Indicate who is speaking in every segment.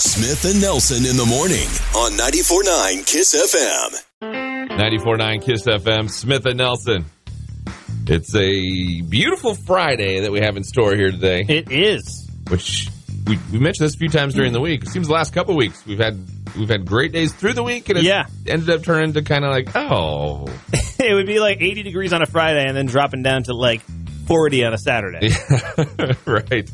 Speaker 1: Smith and Nelson in the morning on 94.9 Kiss FM.
Speaker 2: 94.9 Kiss FM, Smith and Nelson. It's a beautiful Friday that we have in store here today,
Speaker 3: It is.
Speaker 2: which we, we mentioned this a few times during the week. It seems the last couple of weeks we've had we've had great days through the week, and it
Speaker 3: Yeah.
Speaker 2: ended up turning to kind of like oh,
Speaker 3: It would be like 80 degrees on a Friday and then dropping down to like 40 on a Saturday.
Speaker 2: right.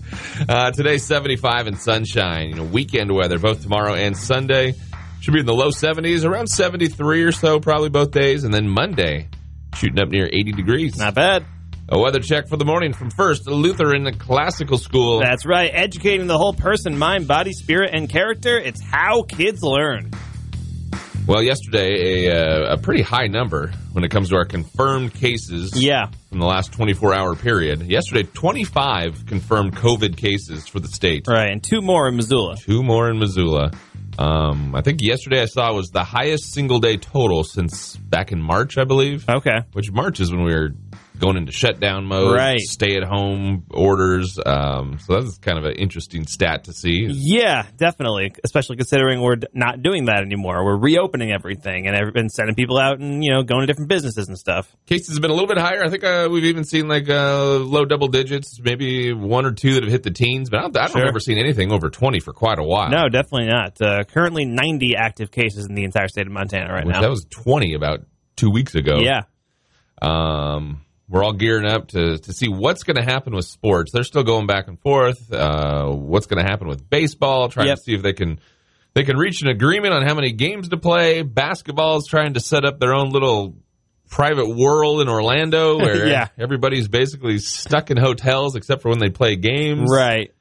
Speaker 2: Uh, today, 75 and sunshine. You know, weekend weather both tomorrow and Sunday should be in the low 70s, around 73 or so, probably both days, and then Monday shooting up near 80 degrees.
Speaker 3: Not bad.
Speaker 2: A weather check for the morning from First Lutheran Classical School.
Speaker 3: That's right. Educating the whole person, mind, body, spirit, and character. It's how kids learn.
Speaker 2: Well, yesterday a, uh, a pretty high number when it comes to our confirmed cases
Speaker 3: Yeah.
Speaker 2: from the last 24-hour period. Yesterday, 25 confirmed COVID cases for the state.
Speaker 3: Right. And two more in Missoula.
Speaker 2: two more in Missoula. Um, I think yesterday I saw was the highest single day total since back in March, I believe.
Speaker 3: Okay.
Speaker 2: Which March is when we were going into shutdown mode,
Speaker 3: Right.
Speaker 2: Stay at home orders. Um, so that's kind of an interesting stat to see.
Speaker 3: Yeah, definitely. Especially considering we're d- not doing that anymore. We're reopening everything and, ev- and sending people out and, you know, going to different businesses and stuff.
Speaker 2: Cases have been a little bit higher. I think uh, we've even seen like uh, low double digits, maybe one or two that have hit the teens. But I don't, I don't
Speaker 3: Sure.
Speaker 2: remember seeing anything over twenty for quite a while.
Speaker 3: No, definitely not. Uh, currently 90 active cases in the entire state of Montana right
Speaker 2: Which
Speaker 3: now.
Speaker 2: that was twenty about two weeks ago.
Speaker 3: yeah.
Speaker 2: Um, we're all gearing up to, to see what's going to happen with sports. They're still going back and forth. Uh, what's going to happen with baseball? Trying
Speaker 3: Yep.
Speaker 2: to see if they can they can reach an agreement on how many games to play. Basketball's trying to set up their own little private whirl in Orlando where
Speaker 3: Yeah.
Speaker 2: everybody's basically stuck in hotels except for when they play games.
Speaker 3: Right.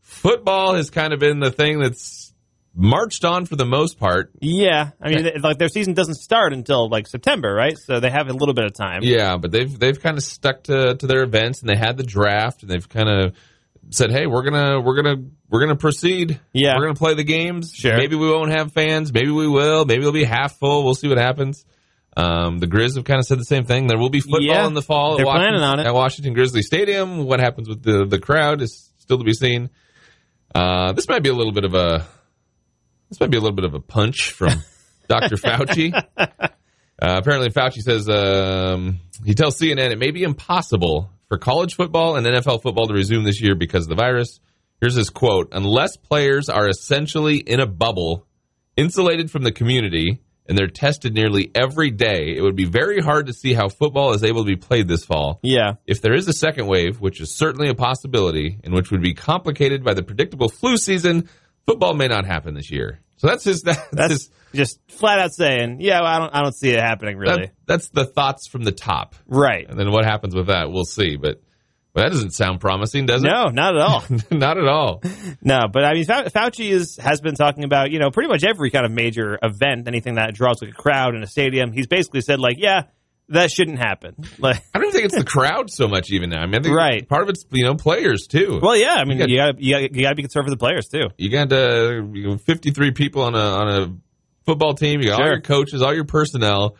Speaker 2: Football has kind of been the thing that's marched on for the most part.
Speaker 3: Yeah, I mean, th- like their season doesn't start until like September, right? So they have a little bit of time.
Speaker 2: Yeah, but they've they've kind of stuck to, to their events, and they had the draft, and they've kind of said, "Hey, we're gonna we're gonna we're gonna proceed.
Speaker 3: Yeah.
Speaker 2: we're gonna play the games.
Speaker 3: Sure.
Speaker 2: Maybe we won't have fans. Maybe we will. Maybe it'll be half full. We'll see what happens." Um, the Grizz have kind of said the same thing. There will be football
Speaker 3: Yeah,
Speaker 2: in the fall. at
Speaker 3: they're
Speaker 2: Washington-
Speaker 3: planning on it.
Speaker 2: at Washington Grizzly Stadium. What happens with the the crowd is still to be seen. Uh, this might be a little bit of a this might be a little bit of a punch from Dr. Fauci. Uh, apparently, Fauci says um, he tells CNN it may be impossible for college football and NFL football to resume this year because of the virus. Here's his quote: "Unless players are essentially in a bubble, insulated from the community." And they're tested nearly every day. It would be very hard to see how football is able to be played this fall.
Speaker 3: Yeah.
Speaker 2: If there is a second wave, which is certainly a possibility and which would be complicated by the predictable flu season, football may not happen this year. So that's his that's,
Speaker 3: That's
Speaker 2: his,
Speaker 3: just flat out saying, yeah, well, I don't, I don't see it happening
Speaker 2: that-
Speaker 3: really.
Speaker 2: that's the thoughts from the top.
Speaker 3: right.
Speaker 2: And then what happens with that, we'll see, but but that doesn't sound promising, does
Speaker 3: No, not at all.
Speaker 2: it? not at all.
Speaker 3: no, but I mean, Fau- Fauci is has been talking about you know pretty much every kind of major event, anything that draws like a crowd in a stadium. He's basically said like, yeah, that shouldn't happen. Like,
Speaker 2: I don't even think it's the crowd so much even now. I mean, I think
Speaker 3: Right.
Speaker 2: part of it's you know players too.
Speaker 3: well, yeah, I mean,
Speaker 2: You
Speaker 3: you got you got you got to be concerned for the players too.
Speaker 2: you got uh, you know, 53 people on a on a football team. You got all
Speaker 3: Sure.
Speaker 2: your coaches, all your personnel,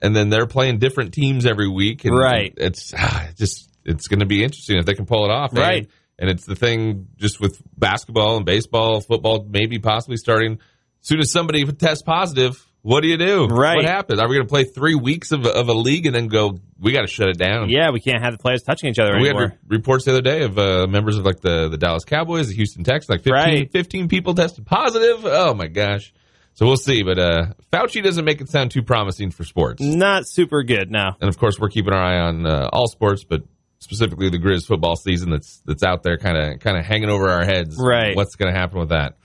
Speaker 2: and then they're playing different teams every week. And
Speaker 3: Right.
Speaker 2: It's ah, it just it's going to be interesting if they can pull it off. man.
Speaker 3: Right.
Speaker 2: And it's the thing just with basketball and baseball, football, maybe possibly starting. As soon as somebody tests positive, what do you do?
Speaker 3: Right.
Speaker 2: What happens? Are we going to play three weeks of, of a league and then go? We got to shut it down.
Speaker 3: Yeah, we can't have the players touching each other
Speaker 2: Um, We had
Speaker 3: anymore.
Speaker 2: re- reports the other day of uh, members of like the, the Dallas Cowboys, the Houston Texans, like 15,
Speaker 3: Right.
Speaker 2: 15 people tested positive. Oh my gosh. So we'll see. But uh, Fauci doesn't make it sound too promising for sports.
Speaker 3: Not super good. No.
Speaker 2: And of course, we're keeping our eye on uh, all sports, but specifically the Grizz football season that's that's out there, kind of kind of hanging over our heads.
Speaker 3: Right.
Speaker 2: What's going to happen with that?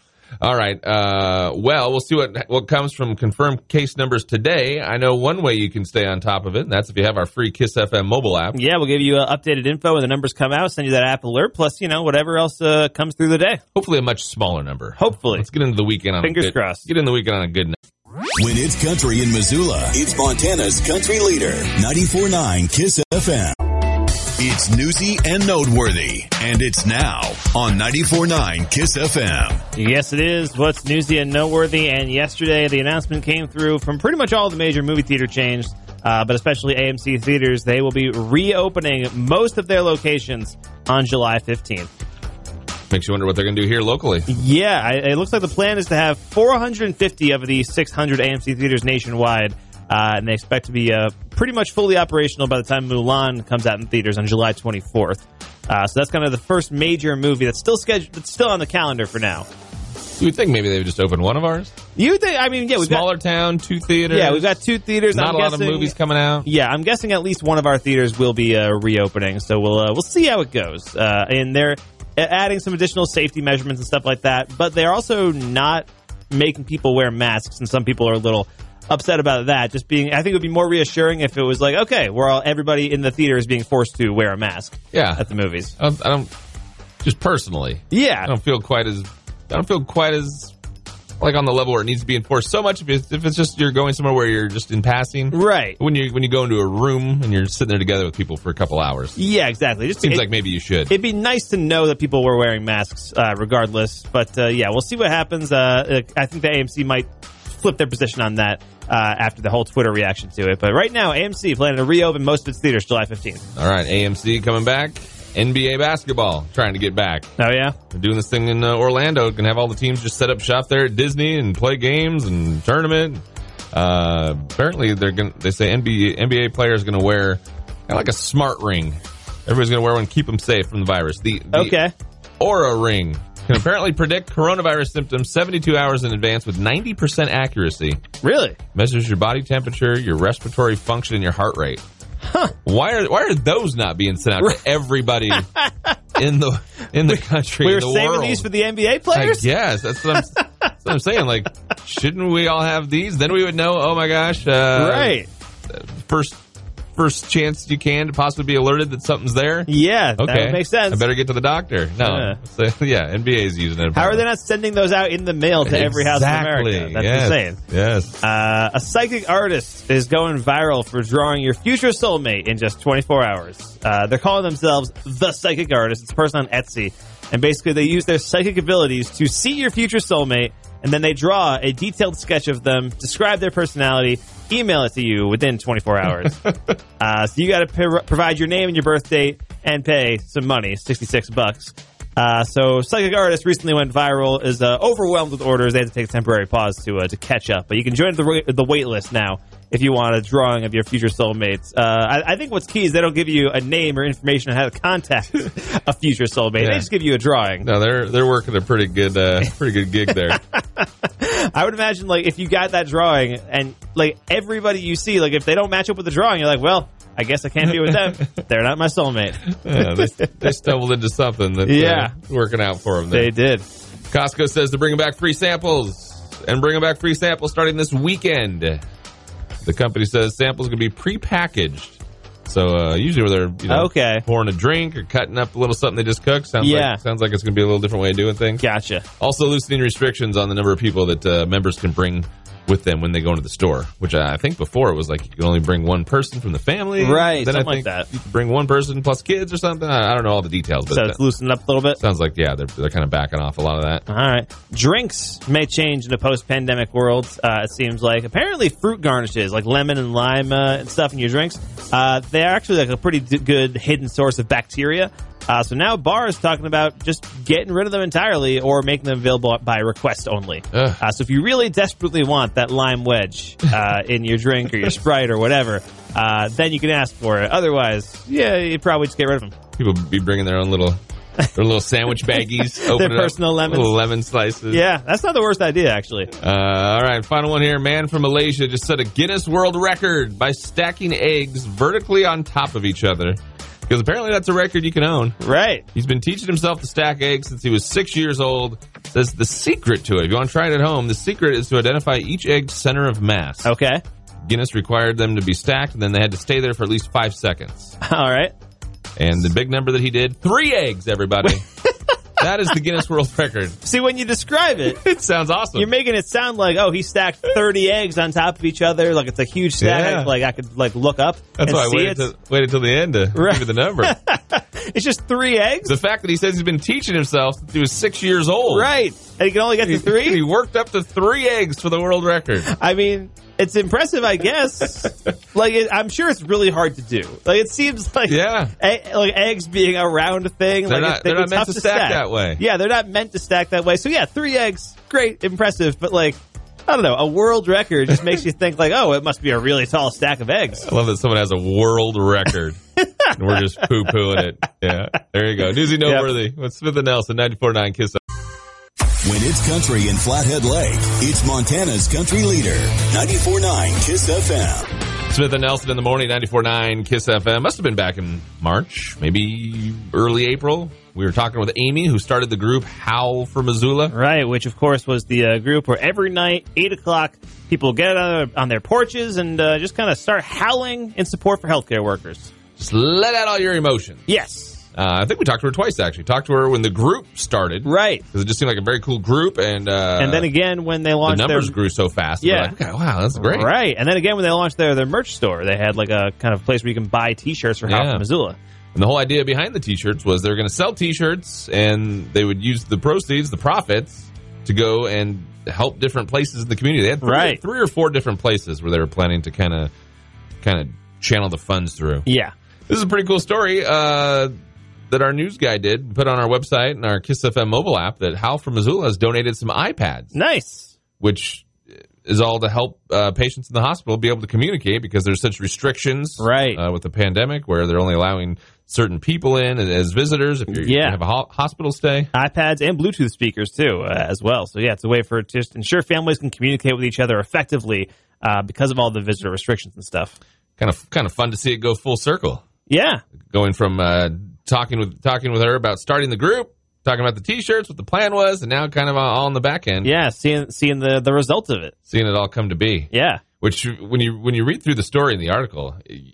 Speaker 2: All right. Uh, well, we'll see what what comes from confirmed case numbers today. I know one way you can stay on top of it, and that's if you have our free Kiss FM mobile app.
Speaker 3: Yeah, we'll give you uh, updated info when the numbers come out. Send you that app alert, plus you know whatever else uh, comes through the day.
Speaker 2: Hopefully, a much smaller number.
Speaker 3: Hopefully,
Speaker 2: Let's get into the weekend on
Speaker 3: Fingers
Speaker 2: a good,
Speaker 3: crossed.
Speaker 2: Get in the weekend on a good note.
Speaker 1: When it's country in Missoula, it's Montana's country leader, 94.9 Kiss FM. It's newsy and noteworthy, and it's now on 94.9 Kiss FM.
Speaker 3: yes, it is. What's newsy and noteworthy? And yesterday, the announcement came through from pretty much all the major movie theater chains, uh, but especially AMC theaters. They will be reopening most of their locations on July fifteenth.
Speaker 2: Makes you wonder what they're going to do here locally.
Speaker 3: Yeah, I, it looks like the plan is to have 450 of the 600 AMC theaters nationwide, uh, and they expect to be uh, pretty much fully operational by the time Mulan comes out in theaters on July 24th. Uh, so that's kind of the first major movie that's still scheduled, that's still on the calendar for now.
Speaker 2: You would think maybe they would just open one of ours.
Speaker 3: You think? I mean, yeah, we've
Speaker 2: Smaller town, two
Speaker 3: got
Speaker 2: theaters.
Speaker 3: yeah, we've got two theaters.
Speaker 2: not
Speaker 3: I'm
Speaker 2: a lot of
Speaker 3: guessing-
Speaker 2: movies coming out.
Speaker 3: Yeah, I'm guessing at least one of our theaters will be uh, reopening, so we'll uh, we'll see how it goes. Uh, and they're a- adding some additional safety measurements and stuff like that, but they're also not making people wear masks, and some people are a little upset about that. Just being, I think it would be more reassuring if it was like, okay, we're all everybody in the theater is being forced to wear a mask
Speaker 2: Yeah,
Speaker 3: at the movies.
Speaker 2: I don't, I don't. Just personally, I
Speaker 3: Yeah,
Speaker 2: don't feel quite as. I don't feel quite as like on the level where it needs to be enforced so much. If it's, if it's just you're going somewhere where you're just in passing.
Speaker 3: right.
Speaker 2: When you when you go into a room and you're sitting there together with people for a couple hours,
Speaker 3: Yeah, exactly. Just
Speaker 2: seems
Speaker 3: it-
Speaker 2: like maybe you should.
Speaker 3: It'd be nice to know that people were wearing masks, uh, regardless. But uh, yeah, we'll see what happens. Uh, I think the AMC might flip their position on that uh, after the whole Twitter reaction to it. But right now, AMC planning to reopen most of its theaters July 15th.
Speaker 2: All right, AMC coming back. NBA basketball trying to get back.
Speaker 3: Oh yeah,
Speaker 2: They're doing this thing in uh, Orlando. Can have all the teams just set up shop there at Disney and play games and tournament. Uh, apparently, they're going. to They say NBA NBA players going to wear kind of like a smart ring. Everybody's going to wear one. Keep them safe from the virus. The, the
Speaker 3: okay.
Speaker 2: Aura ring can apparently predict coronavirus symptoms 72 hours in advance with 90% accuracy.
Speaker 3: Really?
Speaker 2: Measures your body temperature, your respiratory function, and your heart rate. Why are why are those not being sent out to everybody in the in the country?
Speaker 3: We
Speaker 2: in
Speaker 3: were
Speaker 2: the
Speaker 3: saving
Speaker 2: world?
Speaker 3: these for the NBA
Speaker 2: I
Speaker 3: players.
Speaker 2: guess that's what I'm. That's what I'm saying. Like, shouldn't we all have these? Then we would know. Oh my gosh! Uh,
Speaker 3: right.
Speaker 2: First, first chance you can to possibly be alerted that something's there.
Speaker 3: Yeah,
Speaker 2: Okay,
Speaker 3: that would make sense.
Speaker 2: I better get to the doctor. No, yeah, so, yeah NBA's using it.
Speaker 3: How are they not sending those out in the mail to every house in America?
Speaker 2: Exactly.
Speaker 3: That's
Speaker 2: yes.
Speaker 3: insane.
Speaker 2: Yes.
Speaker 3: Uh, a psychic artist is going viral for drawing your future soulmate in just 24 hours. Uh, they're calling themselves the psychic artist. It's a person on Etsy, and basically they use their psychic abilities to see your future soulmate, and then they draw a detailed sketch of them, describe their personality, email it to you within 24 hours. uh, so you got to pr- provide your name and your birth date and pay some money, 66 bucks. Uh, so psychic artist recently went viral is uh, overwhelmed with orders they had to take a temporary pause to uh, to catch up but you can join the, wait- the wait list now if you want a drawing of your future soulmates uh, I, I think what's key is they don't give you a name or information on how to contact a future soulmate they
Speaker 2: Yeah.
Speaker 3: just give you a drawing
Speaker 2: No, they're they're working a pretty good uh, pretty good gig there.
Speaker 3: I would imagine like if you got that drawing and like everybody you see like if they don't match up with the drawing you're like well I guess I can't be with them they're not my soulmate
Speaker 2: Yeah, they, they stumbled into something that's
Speaker 3: Yeah.
Speaker 2: uh, working out for them. There.
Speaker 3: they did
Speaker 2: Costco says to bring back free samples and bring back free samples starting this weekend. The company says samples can be pre-packaged. So uh, usually where they're you know,
Speaker 3: Okay.
Speaker 2: pouring a drink or cutting up a little something they just cooked sounds
Speaker 3: Yeah.
Speaker 2: like sounds like it's going to be a little different way of doing things.
Speaker 3: gotcha
Speaker 2: Also loosening restrictions on the number of people that uh, members can bring with them when they go into the store, which I think before it was like you could only bring one person from the family.
Speaker 3: Right,
Speaker 2: Then I
Speaker 3: something
Speaker 2: think
Speaker 3: like that.
Speaker 2: You could bring one person plus kids or something. I, I don't know all the details, but
Speaker 3: so
Speaker 2: it
Speaker 3: it's loosened up a little bit
Speaker 2: sounds like yeah, they're they're kind of backing off a lot of that.
Speaker 3: All right. Drinks may change in a post-pandemic world. Uh, it seems like apparently fruit garnishes like lemon and lime uh, and stuff in your drinks. Uh, they're actually like a pretty d- good hidden source of bacteria. Uh, so now bars talking about just getting rid of them entirely or making them available by request only.
Speaker 2: Ugh.
Speaker 3: Uh, so if you really desperately want that lime wedge uh, in your drink or your sprite or whatever, uh, then you can ask for it. Otherwise, yeah, you probably just get rid of them.
Speaker 2: People be bringing their own little their little sandwich baggies, open it up,
Speaker 3: personal lemons.
Speaker 2: little lemon slices.
Speaker 3: Yeah, that's not the worst idea actually.
Speaker 2: Uh, all right, final one here. Man from Malaysia just set a Guinness World Record by stacking eggs vertically on top of each other. Because apparently that's a record you can own.
Speaker 3: Right.
Speaker 2: He's been teaching himself to stack eggs since he was six years old. Says the secret to it, if you want to try it at home, the secret is to identify each egg's center of mass.
Speaker 3: Okay.
Speaker 2: Guinness required them to be stacked, and then they had to stay there for at least five seconds.
Speaker 3: All right.
Speaker 2: And the big number that he did, three eggs, everybody. that is the Guinness World Record.
Speaker 3: See, when you describe it,
Speaker 2: It sounds awesome.
Speaker 3: you're making it sound like, oh, he stacked 30 eggs on top of each other, like it's a huge stack.
Speaker 2: Yeah.
Speaker 3: Like I could like look up
Speaker 2: That's
Speaker 3: and
Speaker 2: why I
Speaker 3: see
Speaker 2: waited
Speaker 3: it.
Speaker 2: till, waited till the end to
Speaker 3: Right.
Speaker 2: give you the number.
Speaker 3: It's just three eggs?
Speaker 2: The fact that he says he's been teaching himself since he was six years old.
Speaker 3: Right. And you can only get
Speaker 2: He,
Speaker 3: to three?
Speaker 2: he worked up to three eggs for the world record.
Speaker 3: I mean, it's impressive, I guess. like, it, I'm sure it's really hard to do. Like, it seems like
Speaker 2: Yeah.
Speaker 3: e- like eggs being a round thing.
Speaker 2: They're
Speaker 3: like,
Speaker 2: not-
Speaker 3: it's-
Speaker 2: they're not
Speaker 3: it's
Speaker 2: meant
Speaker 3: tough
Speaker 2: to stack that way.
Speaker 3: Yeah, they're not meant to stack that way. So yeah, three eggs, great, impressive, but like. I don't know. A world record just makes you think like, oh, it must be a really tall stack of eggs.
Speaker 2: I love that someone has a world record. and we're just poo pooing it. Yeah. There you go. Newsy Noteworthy with Smith and Nelson, 94.9 Kiss.
Speaker 1: When it's country in Flathead Lake, it's Montana's country leader. 94.9 Kiss FM.
Speaker 2: Smith and Nelson in the morning, 94.9 Kiss FM. Must have been back in March, maybe early April. We were talking with Amy, who started the group Howl for Missoula.
Speaker 3: Right, which of course was the uh, group where every night, eight o'clock, people get on their, on their porches and uh, just kind of start howling in support for healthcare workers.
Speaker 2: Just let out all your emotions.
Speaker 3: Yes,
Speaker 2: Uh, I think we talked to her twice, actually. Talked to her when the group started.
Speaker 3: right.
Speaker 2: Because it just seemed like a very cool group. And, uh,
Speaker 3: and then again, when they
Speaker 2: the
Speaker 3: launched
Speaker 2: numbers
Speaker 3: their,
Speaker 2: grew so fast. We're
Speaker 3: Yeah.
Speaker 2: like, okay, wow, that's great.
Speaker 3: Right. And then again, when they launched their, their merch store, they had like a kind of place where you can buy t shirts for
Speaker 2: Yeah.
Speaker 3: House Missoula.
Speaker 2: And the whole idea behind the t-shirts was they were going to sell t-shirts and they would use the proceeds, the profits, to go and help different places in the community. They had three,
Speaker 3: Right.
Speaker 2: three or four different places where they were planning to kind of kind of channel the funds through.
Speaker 3: Yeah.
Speaker 2: This is a pretty cool story uh, that our news guy did put on our website and our Kiss FM mobile app that Hal from Missoula has donated some iPads
Speaker 3: Nice.
Speaker 2: which is all to help uh, patients in the hospital be able to communicate because there's such restrictions
Speaker 3: Right.
Speaker 2: uh, with the pandemic where they're only allowing certain people in as visitors if you're,
Speaker 3: Yeah.
Speaker 2: you have a ho- hospital stay.
Speaker 3: iPads and Bluetooth speakers, too, uh, as well. So, yeah, it's a way for to just ensure families can communicate with each other effectively uh, because of all the visitor restrictions and stuff.
Speaker 2: Kind of kind of fun to see it go full circle,
Speaker 3: Yeah.
Speaker 2: going from uh, talking with talking with her about starting the group, talking about the t-shirts, what the plan was, and now kind of all on the back end,
Speaker 3: Yeah. Seeing, seeing the, the result of it.
Speaker 2: seeing it all come to be.
Speaker 3: Yeah.
Speaker 2: Which when you when you read through the story in the article. You,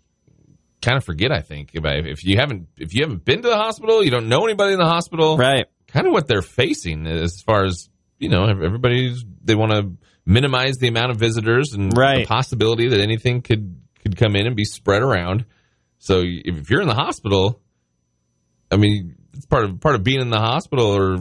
Speaker 2: Kind of forget, I think, about if you haven't if you haven't been to the hospital, you don't know anybody in the hospital.
Speaker 3: Right.
Speaker 2: kind of what they're facing as far as you know everybody's they want to minimize the amount of visitors and the
Speaker 3: Right.
Speaker 2: possibility that anything could could come in and be spread around so if you're in the hospital i mean it's part of part of being in the hospital or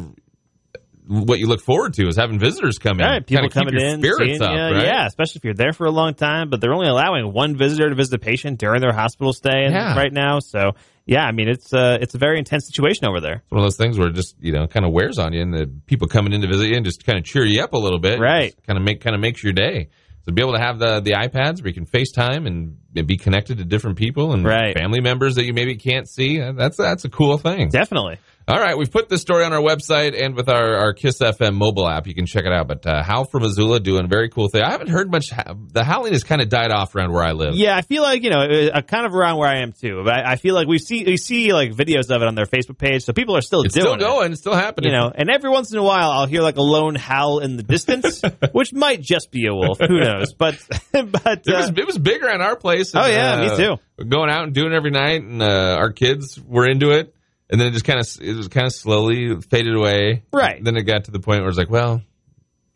Speaker 2: what you look forward to is having visitors come in
Speaker 3: Right. People
Speaker 2: Kinda keep
Speaker 3: coming
Speaker 2: your
Speaker 3: in.
Speaker 2: spirits
Speaker 3: seeing
Speaker 2: up,
Speaker 3: ya.
Speaker 2: right?
Speaker 3: Yeah. Especially if you're there for a long time, but they're only allowing one visitor to visit a patient during their hospital stay and-
Speaker 2: Yeah.
Speaker 3: right now. So, yeah, I mean, it's, uh, it's a very intense situation over there.
Speaker 2: It's one of those things where it just you know kind of wears on you, and the people coming in to visit you and just kind of cheer you up a little bit,
Speaker 3: Right.
Speaker 2: Kind of make kind of makes your day. So be able to have the the iPads where you can FaceTime and be connected to different people and
Speaker 3: Right.
Speaker 2: family members that you maybe can't see. Uh, That's that's a cool thing.
Speaker 3: Definitely.
Speaker 2: All right, we've put this story on our website and with our, our Kiss FM mobile app. You can check it out. But uh, Howl from Missoula doing a very cool thing. I haven't heard much. ho- The howling has kind of died off around where I live.
Speaker 3: Yeah, I feel like you know, it- uh, kind of around where I am too. But I, I feel like we see we see like videos of it on their Facebook page, so people are still
Speaker 2: it's
Speaker 3: doing
Speaker 2: still
Speaker 3: it.
Speaker 2: going. It's still happening.
Speaker 3: You know, and every once in a while, I'll hear like a lone howl in the distance, which might just be a wolf. Who knows? But but
Speaker 2: It was,
Speaker 3: uh,
Speaker 2: it was big around our place. uh,
Speaker 3: Oh, yeah, me
Speaker 2: too. Going out and doing it every night, and uh, our kids were into it, and then it just kind of it was kind of slowly faded away.
Speaker 3: Right.
Speaker 2: Then it got to the point where it's like, well,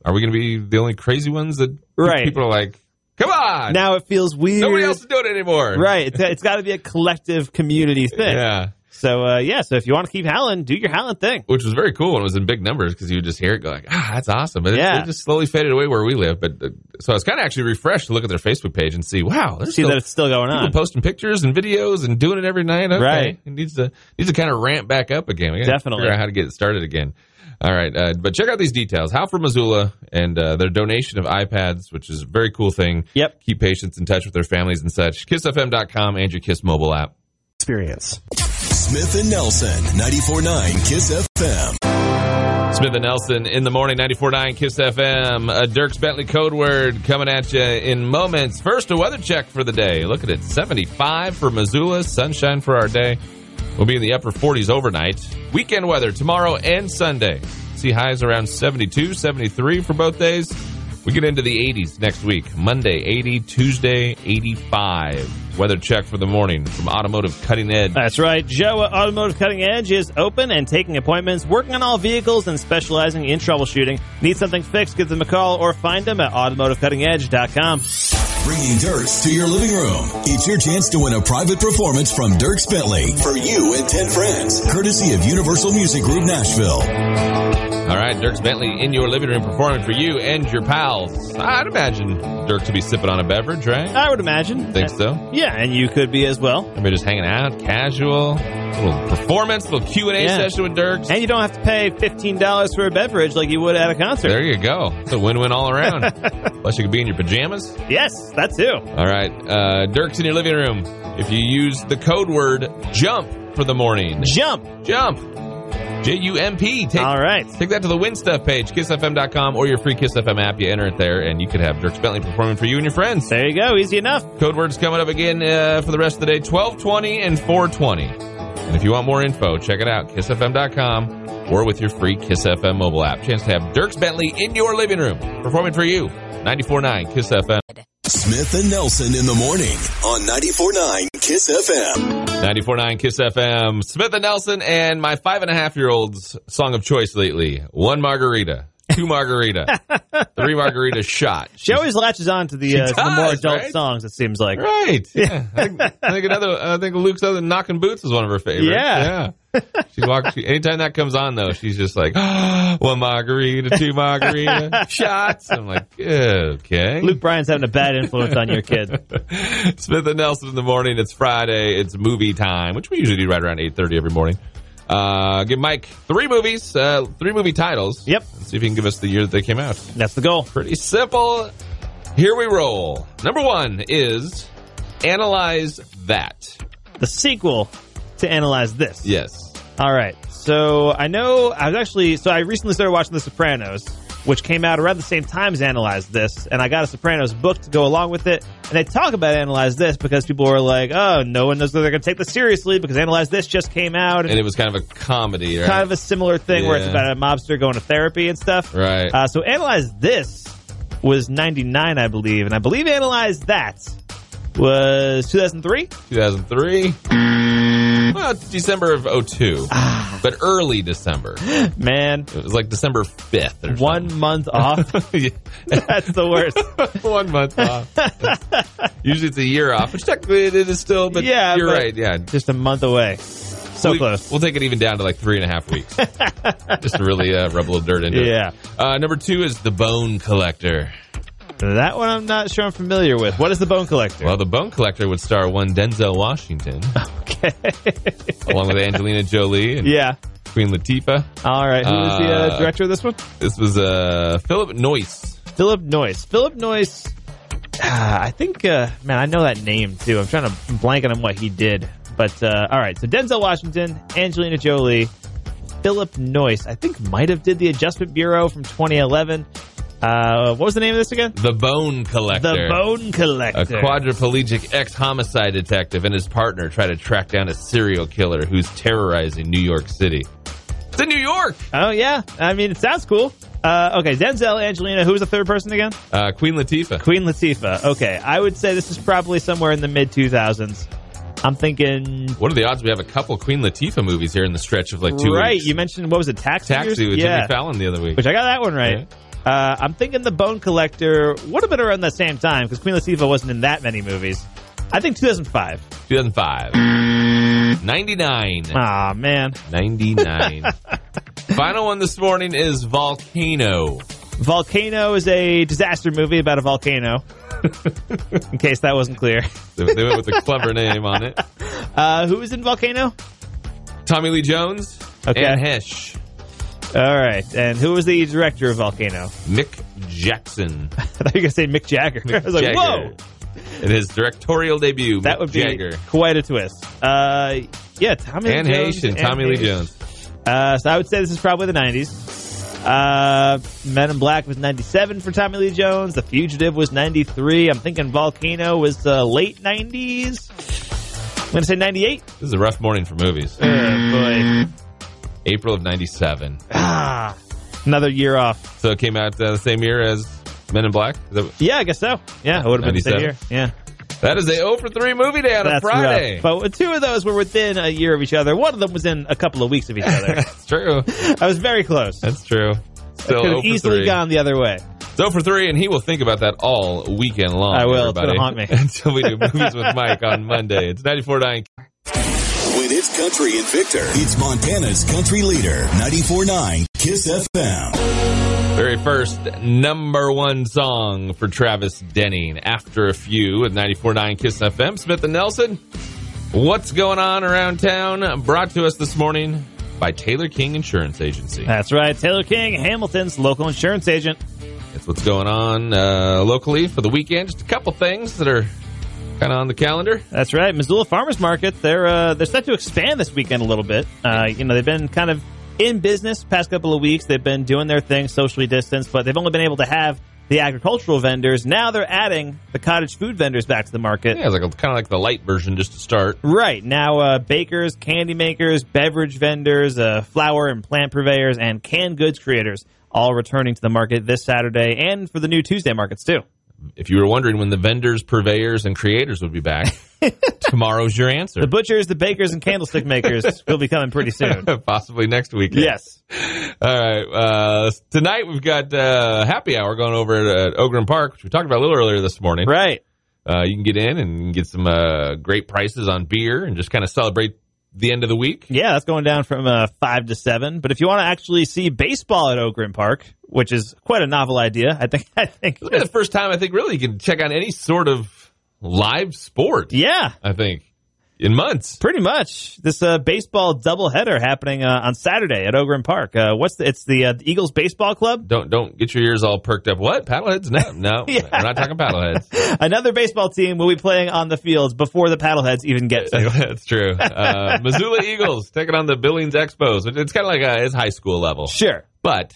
Speaker 2: are we going to be the only crazy ones that
Speaker 3: Right.
Speaker 2: people are like, come on,
Speaker 3: now it feels weird.
Speaker 2: nobody else is doing it anymore,
Speaker 3: Right. It's, it's got to be a collective community thing.
Speaker 2: Yeah.
Speaker 3: So uh, yeah. So if you want to keep howling, do your howling thing.
Speaker 2: Which was very cool and it was in big numbers because you would just hear it go like, ah, that's awesome. But
Speaker 3: Yeah.
Speaker 2: it, it just slowly faded away where we live. But uh, so I was kind of actually refreshed to look at their Facebook page and see, wow, there's
Speaker 3: See
Speaker 2: still
Speaker 3: that it's still going
Speaker 2: People
Speaker 3: on.
Speaker 2: posting pictures and videos and doing it every night. Okay.
Speaker 3: Right.
Speaker 2: It needs to needs to kind of ramp back up again. We gotta
Speaker 3: Definitely.
Speaker 2: Figure out how to get it started again. All right, uh, but check out these details. How for Missoula and uh, their donation of iPads, which is a very cool thing.
Speaker 3: Yep.
Speaker 2: Keep patients in touch with their families and such. KissFM.com and your Kiss mobile app.
Speaker 4: experience.
Speaker 1: Smith and Nelson. 94.9 Kiss FM.
Speaker 2: Smith and Nelson in the morning, 94.9 Kiss FM. A Dirks Bentley code word coming at you in moments. First, a weather check for the day. Look at it 75 for Missoula, sunshine for our day. We'll be in the upper 40s overnight. Weekend weather tomorrow and Sunday. See highs around 72, 73 for both days. We get into the 80s next week. Monday, 80, Tuesday, 85. Weather check for the morning from Automotive Cutting Edge.
Speaker 3: That's right. Joe at Automotive Cutting Edge is open and taking appointments, working on all vehicles, and specializing in troubleshooting. Need something fixed? Give them a call or find them at automotivecuttingedge.com.
Speaker 1: Bringing Dirks to your living room. It's your chance to win a private performance from Dirks Bentley for you and 10 friends, courtesy of Universal Music Group Nashville.
Speaker 2: All right, Dirks Bentley in your living room performing for you and your pals. I'd imagine Dirk to be sipping on a beverage, right?
Speaker 3: I would imagine.
Speaker 2: Think so?
Speaker 3: Yeah, and you could be as well.
Speaker 2: Maybe just hanging out, casual, little performance, little Q and A
Speaker 3: Yeah.
Speaker 2: session with Dirks.
Speaker 3: And you don't have to pay fifteen dollars for a beverage like you would at a concert.
Speaker 2: There you go. It's a win-win all around. Plus, you could be in your pajamas.
Speaker 3: Yes, that too.
Speaker 2: All right, uh, Dirk's in your living room. If you use the code word "jump" for the morning,
Speaker 3: Jump.
Speaker 2: jump, J U M P. Take
Speaker 3: All right.
Speaker 2: Take that to the Win Stuff page, kissfm.com, or your free Kiss FM app. You enter it there, and you could have Dirk Bentley performing for you and your friends.
Speaker 3: There you go. Easy enough.
Speaker 2: Code words coming up again uh, for the rest of the day 1220 and 420. And if you want more info, check it out, kissfm.com, or with your free Kiss FM mobile app. Chance to have Dirk Bentley in your living room performing for you. 94.9 Kiss FM.
Speaker 1: Smith and Nelson in the morning on 94.9 Kiss FM.
Speaker 2: 94.9 Kiss FM. Smith and Nelson and my five and a half year old's song of choice lately one margarita, two margarita, three margarita shot.
Speaker 3: She always latches on to the, uh, to the more
Speaker 2: does,
Speaker 3: adult
Speaker 2: right?
Speaker 3: songs. It seems like.
Speaker 2: Right. Yeah. I, think, I think another. I think Luke's other knocking boots is one of her favorites.
Speaker 3: Yeah.
Speaker 2: Yeah. She walks. She, anytime that comes on though, she's just like one margarita, two margarita shots. I'm like, okay.
Speaker 3: Luke Bryan's having a bad influence on your kid.
Speaker 2: Smith and Nelson in the morning. It's Friday. It's movie time, which we usually do right around eight thirty every morning. Uh, give Mike three movies, uh, three movie titles.
Speaker 3: Yep.
Speaker 2: And see if he can give us the year that they came out.
Speaker 3: That's the goal.
Speaker 2: Pretty simple. Here we roll. Number one is analyze that.
Speaker 3: The sequel to analyze this.
Speaker 2: Yes.
Speaker 3: All right. So I know I was actually so I recently started watching The Sopranos, which came out around the same time as Analyze This, and I got a Sopranos book to go along with it. And they talk about Analyze This because people were like, "Oh, no one knows whether they're going to take this seriously because Analyze This just came out."
Speaker 2: And it was kind of a comedy, right?
Speaker 3: kind of a similar thing where it's
Speaker 2: Yeah.
Speaker 3: about a mobster going to therapy and stuff.
Speaker 2: right.
Speaker 3: Uh, so analyze this was 99, I believe, and I believe analyze that was 2003.
Speaker 2: 2003. Well, it's December of 02.
Speaker 3: Ah.
Speaker 2: but early December. It
Speaker 3: Man,
Speaker 2: was like December 5th or
Speaker 3: one month off.
Speaker 2: something.
Speaker 3: That's the worst.
Speaker 2: One month off. Usually it's a year off, which technically it is still, but
Speaker 3: Yeah,
Speaker 2: you're
Speaker 3: but-
Speaker 2: right. Yeah.
Speaker 3: Just a month away. So
Speaker 2: we,
Speaker 3: close.
Speaker 2: We'll take it even down to like three and a half weeks. Just to really uh, rub a little dirt into it.
Speaker 3: Yeah.
Speaker 2: Uh, number two is The Bone Collector.
Speaker 3: That one I'm not sure I'm familiar with. What is the Bone Collector?
Speaker 2: Well, The Bone Collector would star one Denzel Washington,
Speaker 3: Okay.
Speaker 2: along with Angelina Jolie and
Speaker 3: yeah.
Speaker 2: Queen Latifah.
Speaker 3: All right. Who is the uh,
Speaker 2: Uh,
Speaker 3: director of this one?
Speaker 2: This was uh, Philip Noyce.
Speaker 3: Philip Noyce. Philip Noyce. ah, I think, uh, man, I know that name too. I'm trying to blank on what he did. But uh, all right, so Denzel Washington, Angelina Jolie, Philip Noyce. I think might have did the Adjustment Bureau from 2011. Uh, what was the name of this again?
Speaker 2: The Bone Collector.
Speaker 3: The Bone
Speaker 2: a
Speaker 3: Collector.
Speaker 2: quadriplegic ex-homicide detective and his partner try to track down a serial killer who's terrorizing New York City. It's in New York.
Speaker 3: oh yeah, I mean it sounds cool. Uh, okay, Denzel, Angelina. Who was the third person again?
Speaker 2: Uh, Queen Latifah.
Speaker 3: Queen Latifah. Okay, I would say this is probably somewhere in the mid 2000s. I'm thinking
Speaker 2: What are the odds we have a couple Queen Latifah movies here in the stretch of like two
Speaker 3: right.
Speaker 2: weeks?
Speaker 3: You mentioned what was it? Taxi. or
Speaker 2: Taxi with
Speaker 3: something? yeah.
Speaker 2: Jimmy Fallon the other week.
Speaker 3: Which I got that one right. Uh, I'm thinking the Bone Collector would have been around that same time because Queen Latifah wasn't in that many movies. I think 2005.
Speaker 2: 2005. 99.
Speaker 3: Ah man,
Speaker 2: 99. Final one this morning is Volcano.
Speaker 3: Volcano is a disaster movie about a volcano. in case that wasn't clear,
Speaker 2: They they went with a clever name on it.
Speaker 3: uh, who was in Volcano?
Speaker 2: Tommy Lee Jones
Speaker 3: Okay.
Speaker 2: and Hesh.
Speaker 3: All right, and who was the director of Volcano?
Speaker 2: Mick Jackson.
Speaker 3: I thought you were gonna say Mick Jagger. I was like,
Speaker 2: Jagger.
Speaker 3: whoa,
Speaker 2: In his directorial debut,
Speaker 3: that
Speaker 2: Mick
Speaker 3: would be
Speaker 2: Jagger.
Speaker 3: quite a twist. Uh, yeah, Tommy
Speaker 2: Anne
Speaker 3: Lee
Speaker 2: Hesh
Speaker 3: Jones
Speaker 2: and Tommy Lee
Speaker 3: Heche.
Speaker 2: Jones.
Speaker 3: Uh, so I would say this is probably the 90s. Uh, Men in Black was 97 for Tommy Lee Jones. The Fugitive was 93. I'm thinking Volcano was uh, late 90s. I'm going to say 98.
Speaker 2: This is a rough morning for movies.
Speaker 3: Oh, boy.
Speaker 2: April of 97.
Speaker 3: Ah, another year off.
Speaker 2: So it came out uh, the same year as Men in Black. Is that-
Speaker 3: Yeah, I guess so. Yeah, it would have been the same
Speaker 2: 97.
Speaker 3: year. Yeah.
Speaker 2: That is a 0 for 3 movie day on a
Speaker 3: That's
Speaker 2: Friday.
Speaker 3: rough. But with- two of those were within a year of each other. One of them was in a couple of weeks of each other.
Speaker 2: That's true.
Speaker 3: I was very close.
Speaker 2: That's true. Still
Speaker 3: Could
Speaker 2: 0
Speaker 3: have
Speaker 2: for
Speaker 3: easily
Speaker 2: 3.
Speaker 3: gone the other way.
Speaker 2: So for three, and he will think about that all weekend long.
Speaker 3: I will. It's
Speaker 2: Everybody.
Speaker 3: gonna haunt me.
Speaker 2: Until we do movies with Mike on Monday. It's 94.9
Speaker 1: When it's country and Victor, it's Montana's country leader, 94.9 Kiss FM.
Speaker 2: Very first number one song for Travis Denning. After a few with 94.9 Kiss FM, Smith and Nelson. What's going on around town? Brought to us this morning by Taylor King Insurance Agency.
Speaker 3: That's right. Taylor King, Hamilton's local insurance agent.
Speaker 2: That's what's going on uh, locally for the weekend. Just a couple things that are kind of on the calendar.
Speaker 3: That's right. Missoula Farmers Market. They're uh, they're set to expand this weekend a little bit. Uh, you know, they've been kind of in business past couple of weeks. They've been doing their thing socially distanced, but they've only been able to have the agricultural vendors. Now they're adding the cottage food vendors back to the market.
Speaker 2: Yeah, it's like kind of like the light version just to start.
Speaker 3: Right now, uh, bakers, candy makers, beverage vendors, uh, flower and plant purveyors, and canned goods creators all returning to the market this Saturday and for the new Tuesday markets too.
Speaker 2: If you were wondering when the vendors, purveyors, and creators would be back, tomorrow's your answer.
Speaker 3: The butchers, the bakers, and candlestick makers will be coming pretty soon.
Speaker 2: Possibly next weekend.
Speaker 3: Yes.
Speaker 2: All right. Uh, tonight we've got uh, happy hour going over at, uh, Ogren Park, which we talked about a little earlier this morning.
Speaker 3: Right.
Speaker 2: Uh, you can get in and get some uh, great prices on beer and just kind of celebrate the end of the week.
Speaker 3: Yeah, that's going down from uh, five to seven. But if you want to actually see baseball at Ogren Park, which is quite a novel idea, I think. I think.
Speaker 2: This is the first time I think really you can check out any sort of live sport.
Speaker 3: Yeah,
Speaker 2: I think in months.
Speaker 3: pretty much. This uh, baseball doubleheader happening uh, on Saturday at Ogren Park. Uh, what's the? It's the uh, Eagles Baseball Club.
Speaker 2: Don't don't get your ears all perked up. What paddleheads? No, no,
Speaker 3: Yeah.
Speaker 2: we're not talking paddleheads.
Speaker 3: Another baseball team will be playing on the fields before the paddleheads even get to.
Speaker 2: That's true. Uh, Missoula Eagles taking on the Billings Expos. It- It's kind of like a, it's high school level,
Speaker 3: Sure.
Speaker 2: but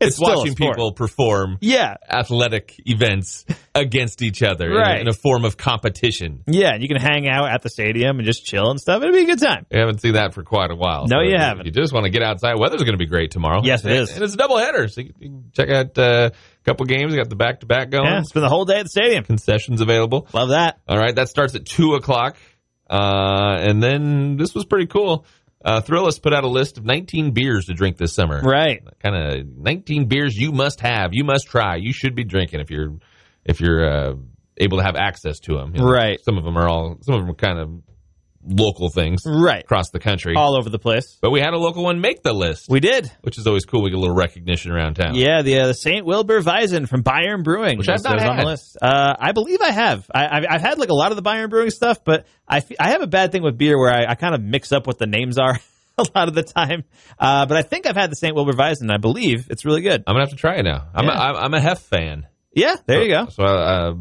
Speaker 3: It's
Speaker 2: it's,
Speaker 3: still a
Speaker 2: watching
Speaker 3: sport.
Speaker 2: people perform
Speaker 3: Yeah.
Speaker 2: athletic events against each other in a-
Speaker 3: Right.
Speaker 2: in, a form of competition.
Speaker 3: Yeah, and you can hang out at the stadium and just chill and stuff. It'll be a good time.
Speaker 2: We haven't seen that for quite a while.
Speaker 3: No, you
Speaker 2: if
Speaker 3: haven't.
Speaker 2: You just want to get outside. Weather's going to be great tomorrow.
Speaker 3: Yes, it
Speaker 2: And-
Speaker 3: is.
Speaker 2: And it's a doubleheader, so you can- you can check out uh, a couple games. Got the back to back going.
Speaker 3: Yeah, spend the whole day at the stadium.
Speaker 2: Concessions available.
Speaker 3: Love that.
Speaker 2: All right, that starts at two o'clock, uh, and then this was pretty cool. Uh, Thrillist put out a list of 19 beers to drink this summer.
Speaker 3: Right.
Speaker 2: Kind of 19 beers you must have, you must try, you should be drinking if you're if you're uh, able to have access to them.
Speaker 3: Right.
Speaker 2: Some of them are all some of them are kind of local things
Speaker 3: Right.
Speaker 2: across the country.
Speaker 3: All over the place.
Speaker 2: but we had a local one make the list,
Speaker 3: We did.
Speaker 2: which is always cool. We get a little recognition around town.
Speaker 3: Yeah, the, uh, the St. Wilbur Weizen from Byron Brewing,
Speaker 2: Which I've
Speaker 3: was-
Speaker 2: not
Speaker 3: was on the
Speaker 2: had.
Speaker 3: list. Uh, I believe I have. I, I've, I've had like a lot of the Byron Brewing stuff, but I, f- I have a bad thing with beer where I, I kind of mix up what the names are a lot of the time. Uh, but I think I've had the St. Wilbur Weizen. I believe it's really good.
Speaker 2: I'm gonna have to try it now. I'm
Speaker 3: Yeah.
Speaker 2: a, I'm I'm a Hef fan.
Speaker 3: Yeah, there you go.
Speaker 2: So uh,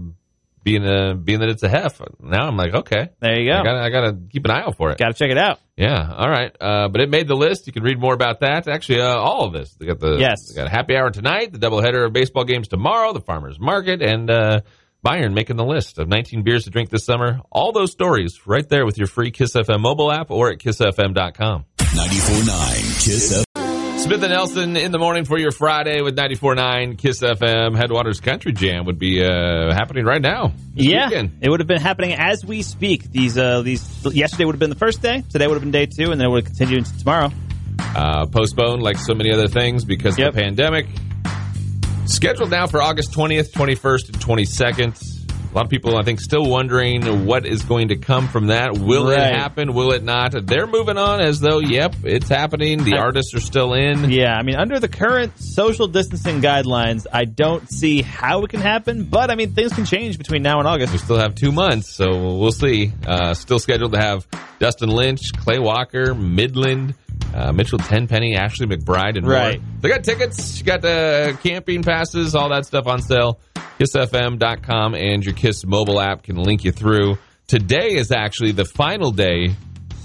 Speaker 2: being a, being that it's a hef, now I'm like, okay,
Speaker 3: There you go.
Speaker 2: I gotta I gotta keep an eye out for it.
Speaker 3: Got to check it out.
Speaker 2: yeah, all right. Uh, but it made the list. You can read more about that. Actually, uh, all of this. They got the
Speaker 3: Yes.
Speaker 2: They got a happy hour tonight. The doubleheader of baseball games tomorrow. The farmers market and uh, Byron making the list of 19 beers to drink this summer. All those stories right there with your free Kiss FM mobile app or at kissfm.com.
Speaker 1: 94.9 Kiss FM.
Speaker 2: Smith and Nelson in the morning for your Friday with 94.9 Kiss FM. Headwaters Country Jam would be uh, happening right now. this
Speaker 3: yeah,
Speaker 2: weekend.
Speaker 3: it would have been happening as we speak. These uh, these yesterday would have been the first day. Today would have been day two, and then it would have continued into tomorrow.
Speaker 2: uh, postponed like so many other things because
Speaker 3: Yep.
Speaker 2: of the pandemic. Scheduled now for August 20th, 21st, and 22nd. A lot of people, I think, still wondering what is going to come from that. Will
Speaker 3: Right.
Speaker 2: it happen? Will it not? They're moving on as though, yep, it's happening. The
Speaker 3: I-
Speaker 2: artists are still in.
Speaker 3: Yeah, I mean, under the current social distancing guidelines, I don't see how it can happen. But I mean, things can change between now and
Speaker 2: We
Speaker 3: August.
Speaker 2: still have two months, so we'll see. Uh, still scheduled to have Dustin Lynch, Clay Walker, Midland, uh, Mitchell Tenpenny, Ashley McBride, and
Speaker 3: Right.
Speaker 2: more. They got tickets, you got the camping passes, all that stuff on sale. KissFM.com and your Kiss mobile app can link you through. Today is actually the final day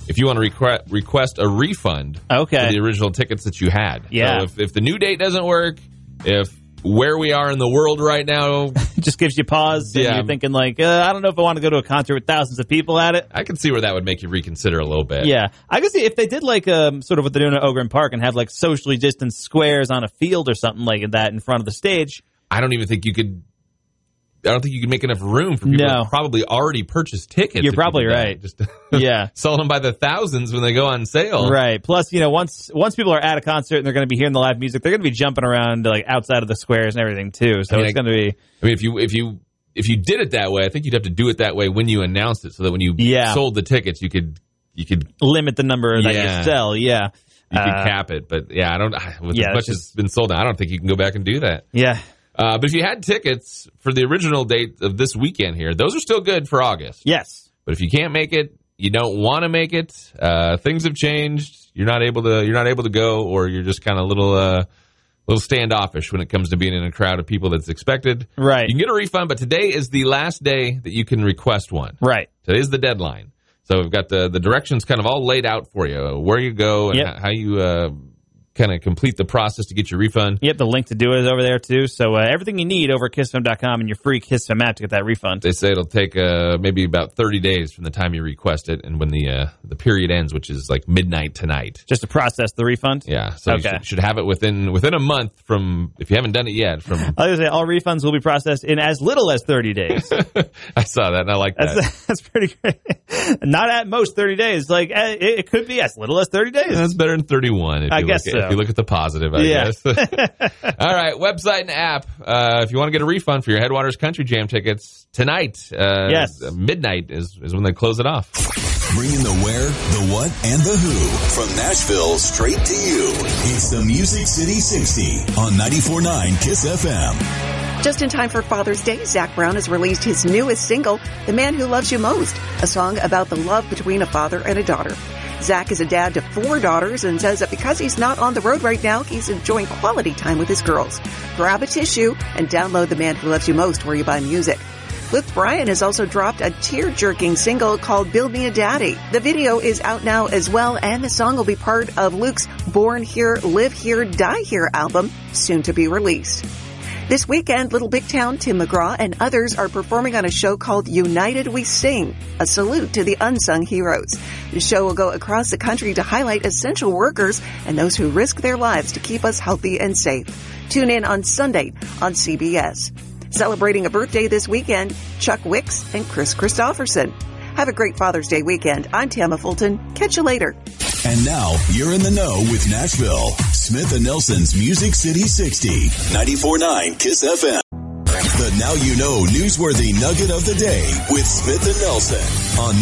Speaker 2: if you want to requ- request a refund for
Speaker 3: Okay,
Speaker 2: the original tickets that you had.
Speaker 3: Yeah.
Speaker 2: So if, if the new date doesn't work, if where we are in the world right now
Speaker 3: just gives you pause. And
Speaker 2: Yeah.
Speaker 3: you're thinking like, uh, I don't know if I want to go to a concert with thousands of people at it.
Speaker 2: I can see where that would make you reconsider a little bit.
Speaker 3: Yeah, I could see if they did like um, sort of what they're doing at Ogren Park and have like socially distanced squares on a field or something like that in front of the stage.
Speaker 2: I don't even think you could I don't think you can make enough room for people.
Speaker 3: No.
Speaker 2: who probably already purchased tickets.
Speaker 3: You're
Speaker 2: if you
Speaker 3: probably
Speaker 2: did that.
Speaker 3: right.
Speaker 2: Just
Speaker 3: yeah.
Speaker 2: sell them by the thousands when they go on sale.
Speaker 3: Right. Plus, you know, once once people are at a concert and they're going to be hearing the live music, they're going to be jumping around like outside of the squares and everything too. So
Speaker 2: I mean,
Speaker 3: it's
Speaker 2: I-
Speaker 3: going to be
Speaker 2: I mean, if you if you if you did it that way, I think you'd have to do it that way when you announced it, so that when you
Speaker 3: Yeah.
Speaker 2: sold the tickets, you could you could
Speaker 3: limit the number that
Speaker 2: Yeah.
Speaker 3: you sell. Yeah.
Speaker 2: you could
Speaker 3: Uh,
Speaker 2: cap it. But yeah, I don't. With
Speaker 3: yeah,
Speaker 2: as much
Speaker 3: it's
Speaker 2: as been sold, I don't think you can go back and do that.
Speaker 3: Yeah.
Speaker 2: Uh, but if you had tickets for the original date of this weekend here, those are still good for August.
Speaker 3: Yes.
Speaker 2: But if you can't make it, you don't want to make it. Uh, things have changed. You're not able to. You're not able to go, or you're just kind of a little, uh, little standoffish when it comes to being in a crowd of people that's expected.
Speaker 3: Right.
Speaker 2: You can get a refund, but today is the last day that you can request one.
Speaker 3: Right.
Speaker 2: Today's the deadline. So we've got the the directions kind of all laid out for you, uh, where you go and
Speaker 3: Yep.
Speaker 2: h- how you uh, kind of complete the process to get your refund.
Speaker 3: Yep. The link to do it is over there too. So uh, everything you need over at kissfm.com and your free kissfm app to get that refund.
Speaker 2: They say it'll take uh, maybe about 30 days from the time you request it and when the uh, the period ends, which is like midnight tonight.
Speaker 3: Just to process the refund.
Speaker 2: Yeah, so
Speaker 3: Okay.
Speaker 2: you should, should have it within within a month from if you haven't done it yet. From
Speaker 3: I was gonna say all refunds will be processed in as little as 30 days.
Speaker 2: I saw that and I like that.
Speaker 3: That's, that's pretty great. Not at most 30 days. Like eh, it, it could be as little as 30 days.
Speaker 2: That's better than 31. If
Speaker 3: I
Speaker 2: you
Speaker 3: guess
Speaker 2: look at,
Speaker 3: so.
Speaker 2: If you look at the positive, I
Speaker 3: Yeah.
Speaker 2: guess. All right, website and app. Uh, if you want to get a refund for your Headwaters Country Jam tickets tonight, uh,
Speaker 3: Yes.
Speaker 2: midnight is, is when they close it off.
Speaker 1: Bringing the where, the what, and the who from Nashville straight to you. It's the Music City 60 on 94.9 Kiss FM.
Speaker 4: Just in time for Father's Day, Zach Brown has released his newest single, The Man Who Loves You Most, a song about the love between a father and a daughter. Zach is a dad to four daughters and says that because he's not on the road right now, he's enjoying quality time with his girls. Grab a tissue and download The Man Who Loves You Most where you buy music. Luke Bryan has also dropped a tear jerking single called Build Me a Daddy. The video is out now as well, and the song will be part of Luke's Born Here, Live Here, Die Here album, soon to be released. This weekend, Little Big Town, Tim McGraw, and others are performing on a show called United We Sing, a salute to the unsung heroes. The show will go across the country to highlight essential workers and those who risk their lives to keep us healthy and safe. Tune in on Sunday on CBS. Celebrating a birthday this weekend, Chuck Wicks and Chris Christopherson. Have a great Father's Day weekend. I'm Tammy Fulton. Catch you later.
Speaker 1: And now you're in the know with Nashville. Smith and Nelson's Music City 60, 94.9 Kiss FM. The Now You Know Newsworthy Nugget of the Day with Smith and Nelson on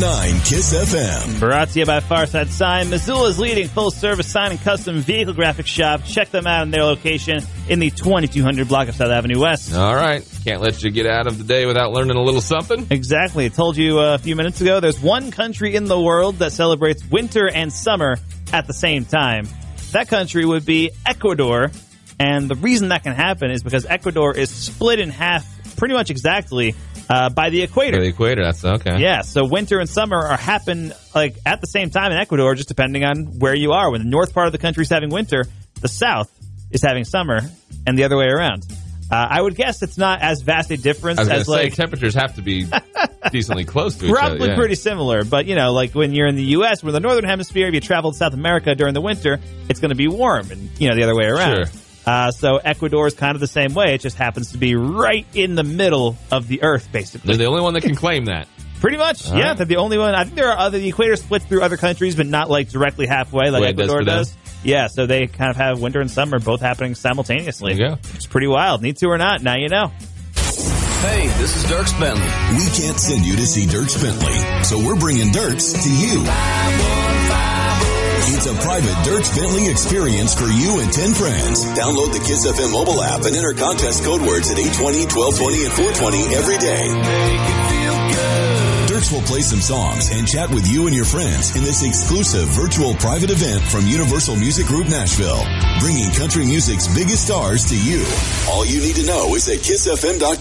Speaker 1: 94.9 Kiss FM.
Speaker 3: Brought to you by Farside Sign, Missoula's leading full-service sign and custom vehicle graphics shop. Check them out in their location in the 2200 block of South Avenue West.
Speaker 2: All right, can't let you get out of the day without learning a little something.
Speaker 3: Exactly. I told you uh, a few minutes ago, there's one country in the world that celebrates winter and summer at the same time. That country would be Ecuador. And the reason that can happen is because Ecuador is split in half pretty much exactly uh, by the equator.
Speaker 2: The equator, that's okay.
Speaker 3: Yeah, so winter and summer are happen like at the same time in Ecuador, just depending on where you are. When the north part of the country is having winter, the south is having summer, and the other way around. Uh, I would guess it's not as vast a difference
Speaker 2: I was gonna
Speaker 3: as
Speaker 2: say
Speaker 3: like
Speaker 2: temperatures have to be decently close to each other.
Speaker 3: probably
Speaker 2: yeah.
Speaker 3: pretty similar, but you know, like when you're in the U.S., we're in the northern hemisphere. If you travel to South America during the winter, it's going to be warm, and you know the other way around.
Speaker 2: Sure.
Speaker 3: Uh, so Ecuador is kind of the same way. It just happens to be right in the middle of the Earth, basically.
Speaker 2: They're the only one that can claim that.
Speaker 3: Pretty much,
Speaker 2: All
Speaker 3: yeah.
Speaker 2: right.
Speaker 3: They're the only one. I think there are other. The equator splits through other countries, but not like directly halfway, like
Speaker 2: Way it does
Speaker 3: Ecuador
Speaker 2: for them.
Speaker 3: does. Yeah, so they kind of have winter and summer both happening simultaneously.
Speaker 2: There you go.
Speaker 3: It's pretty wild. Need to or not, now you know.
Speaker 5: Hey, this is Dirk Bentley.
Speaker 1: We can't send you to see Dirks Bentley, so we're bringing Dirks to you. It's a private Dirks Bentley experience for you and 10 friends. Download the Kiss FM mobile app and enter contest code words at 820, 1220, and 420 every day. Dirks will play some songs and chat with you and your friends in this exclusive virtual private event from Universal Music Group Nashville, bringing country music's biggest stars to you. All you need to know is at kissfm.com.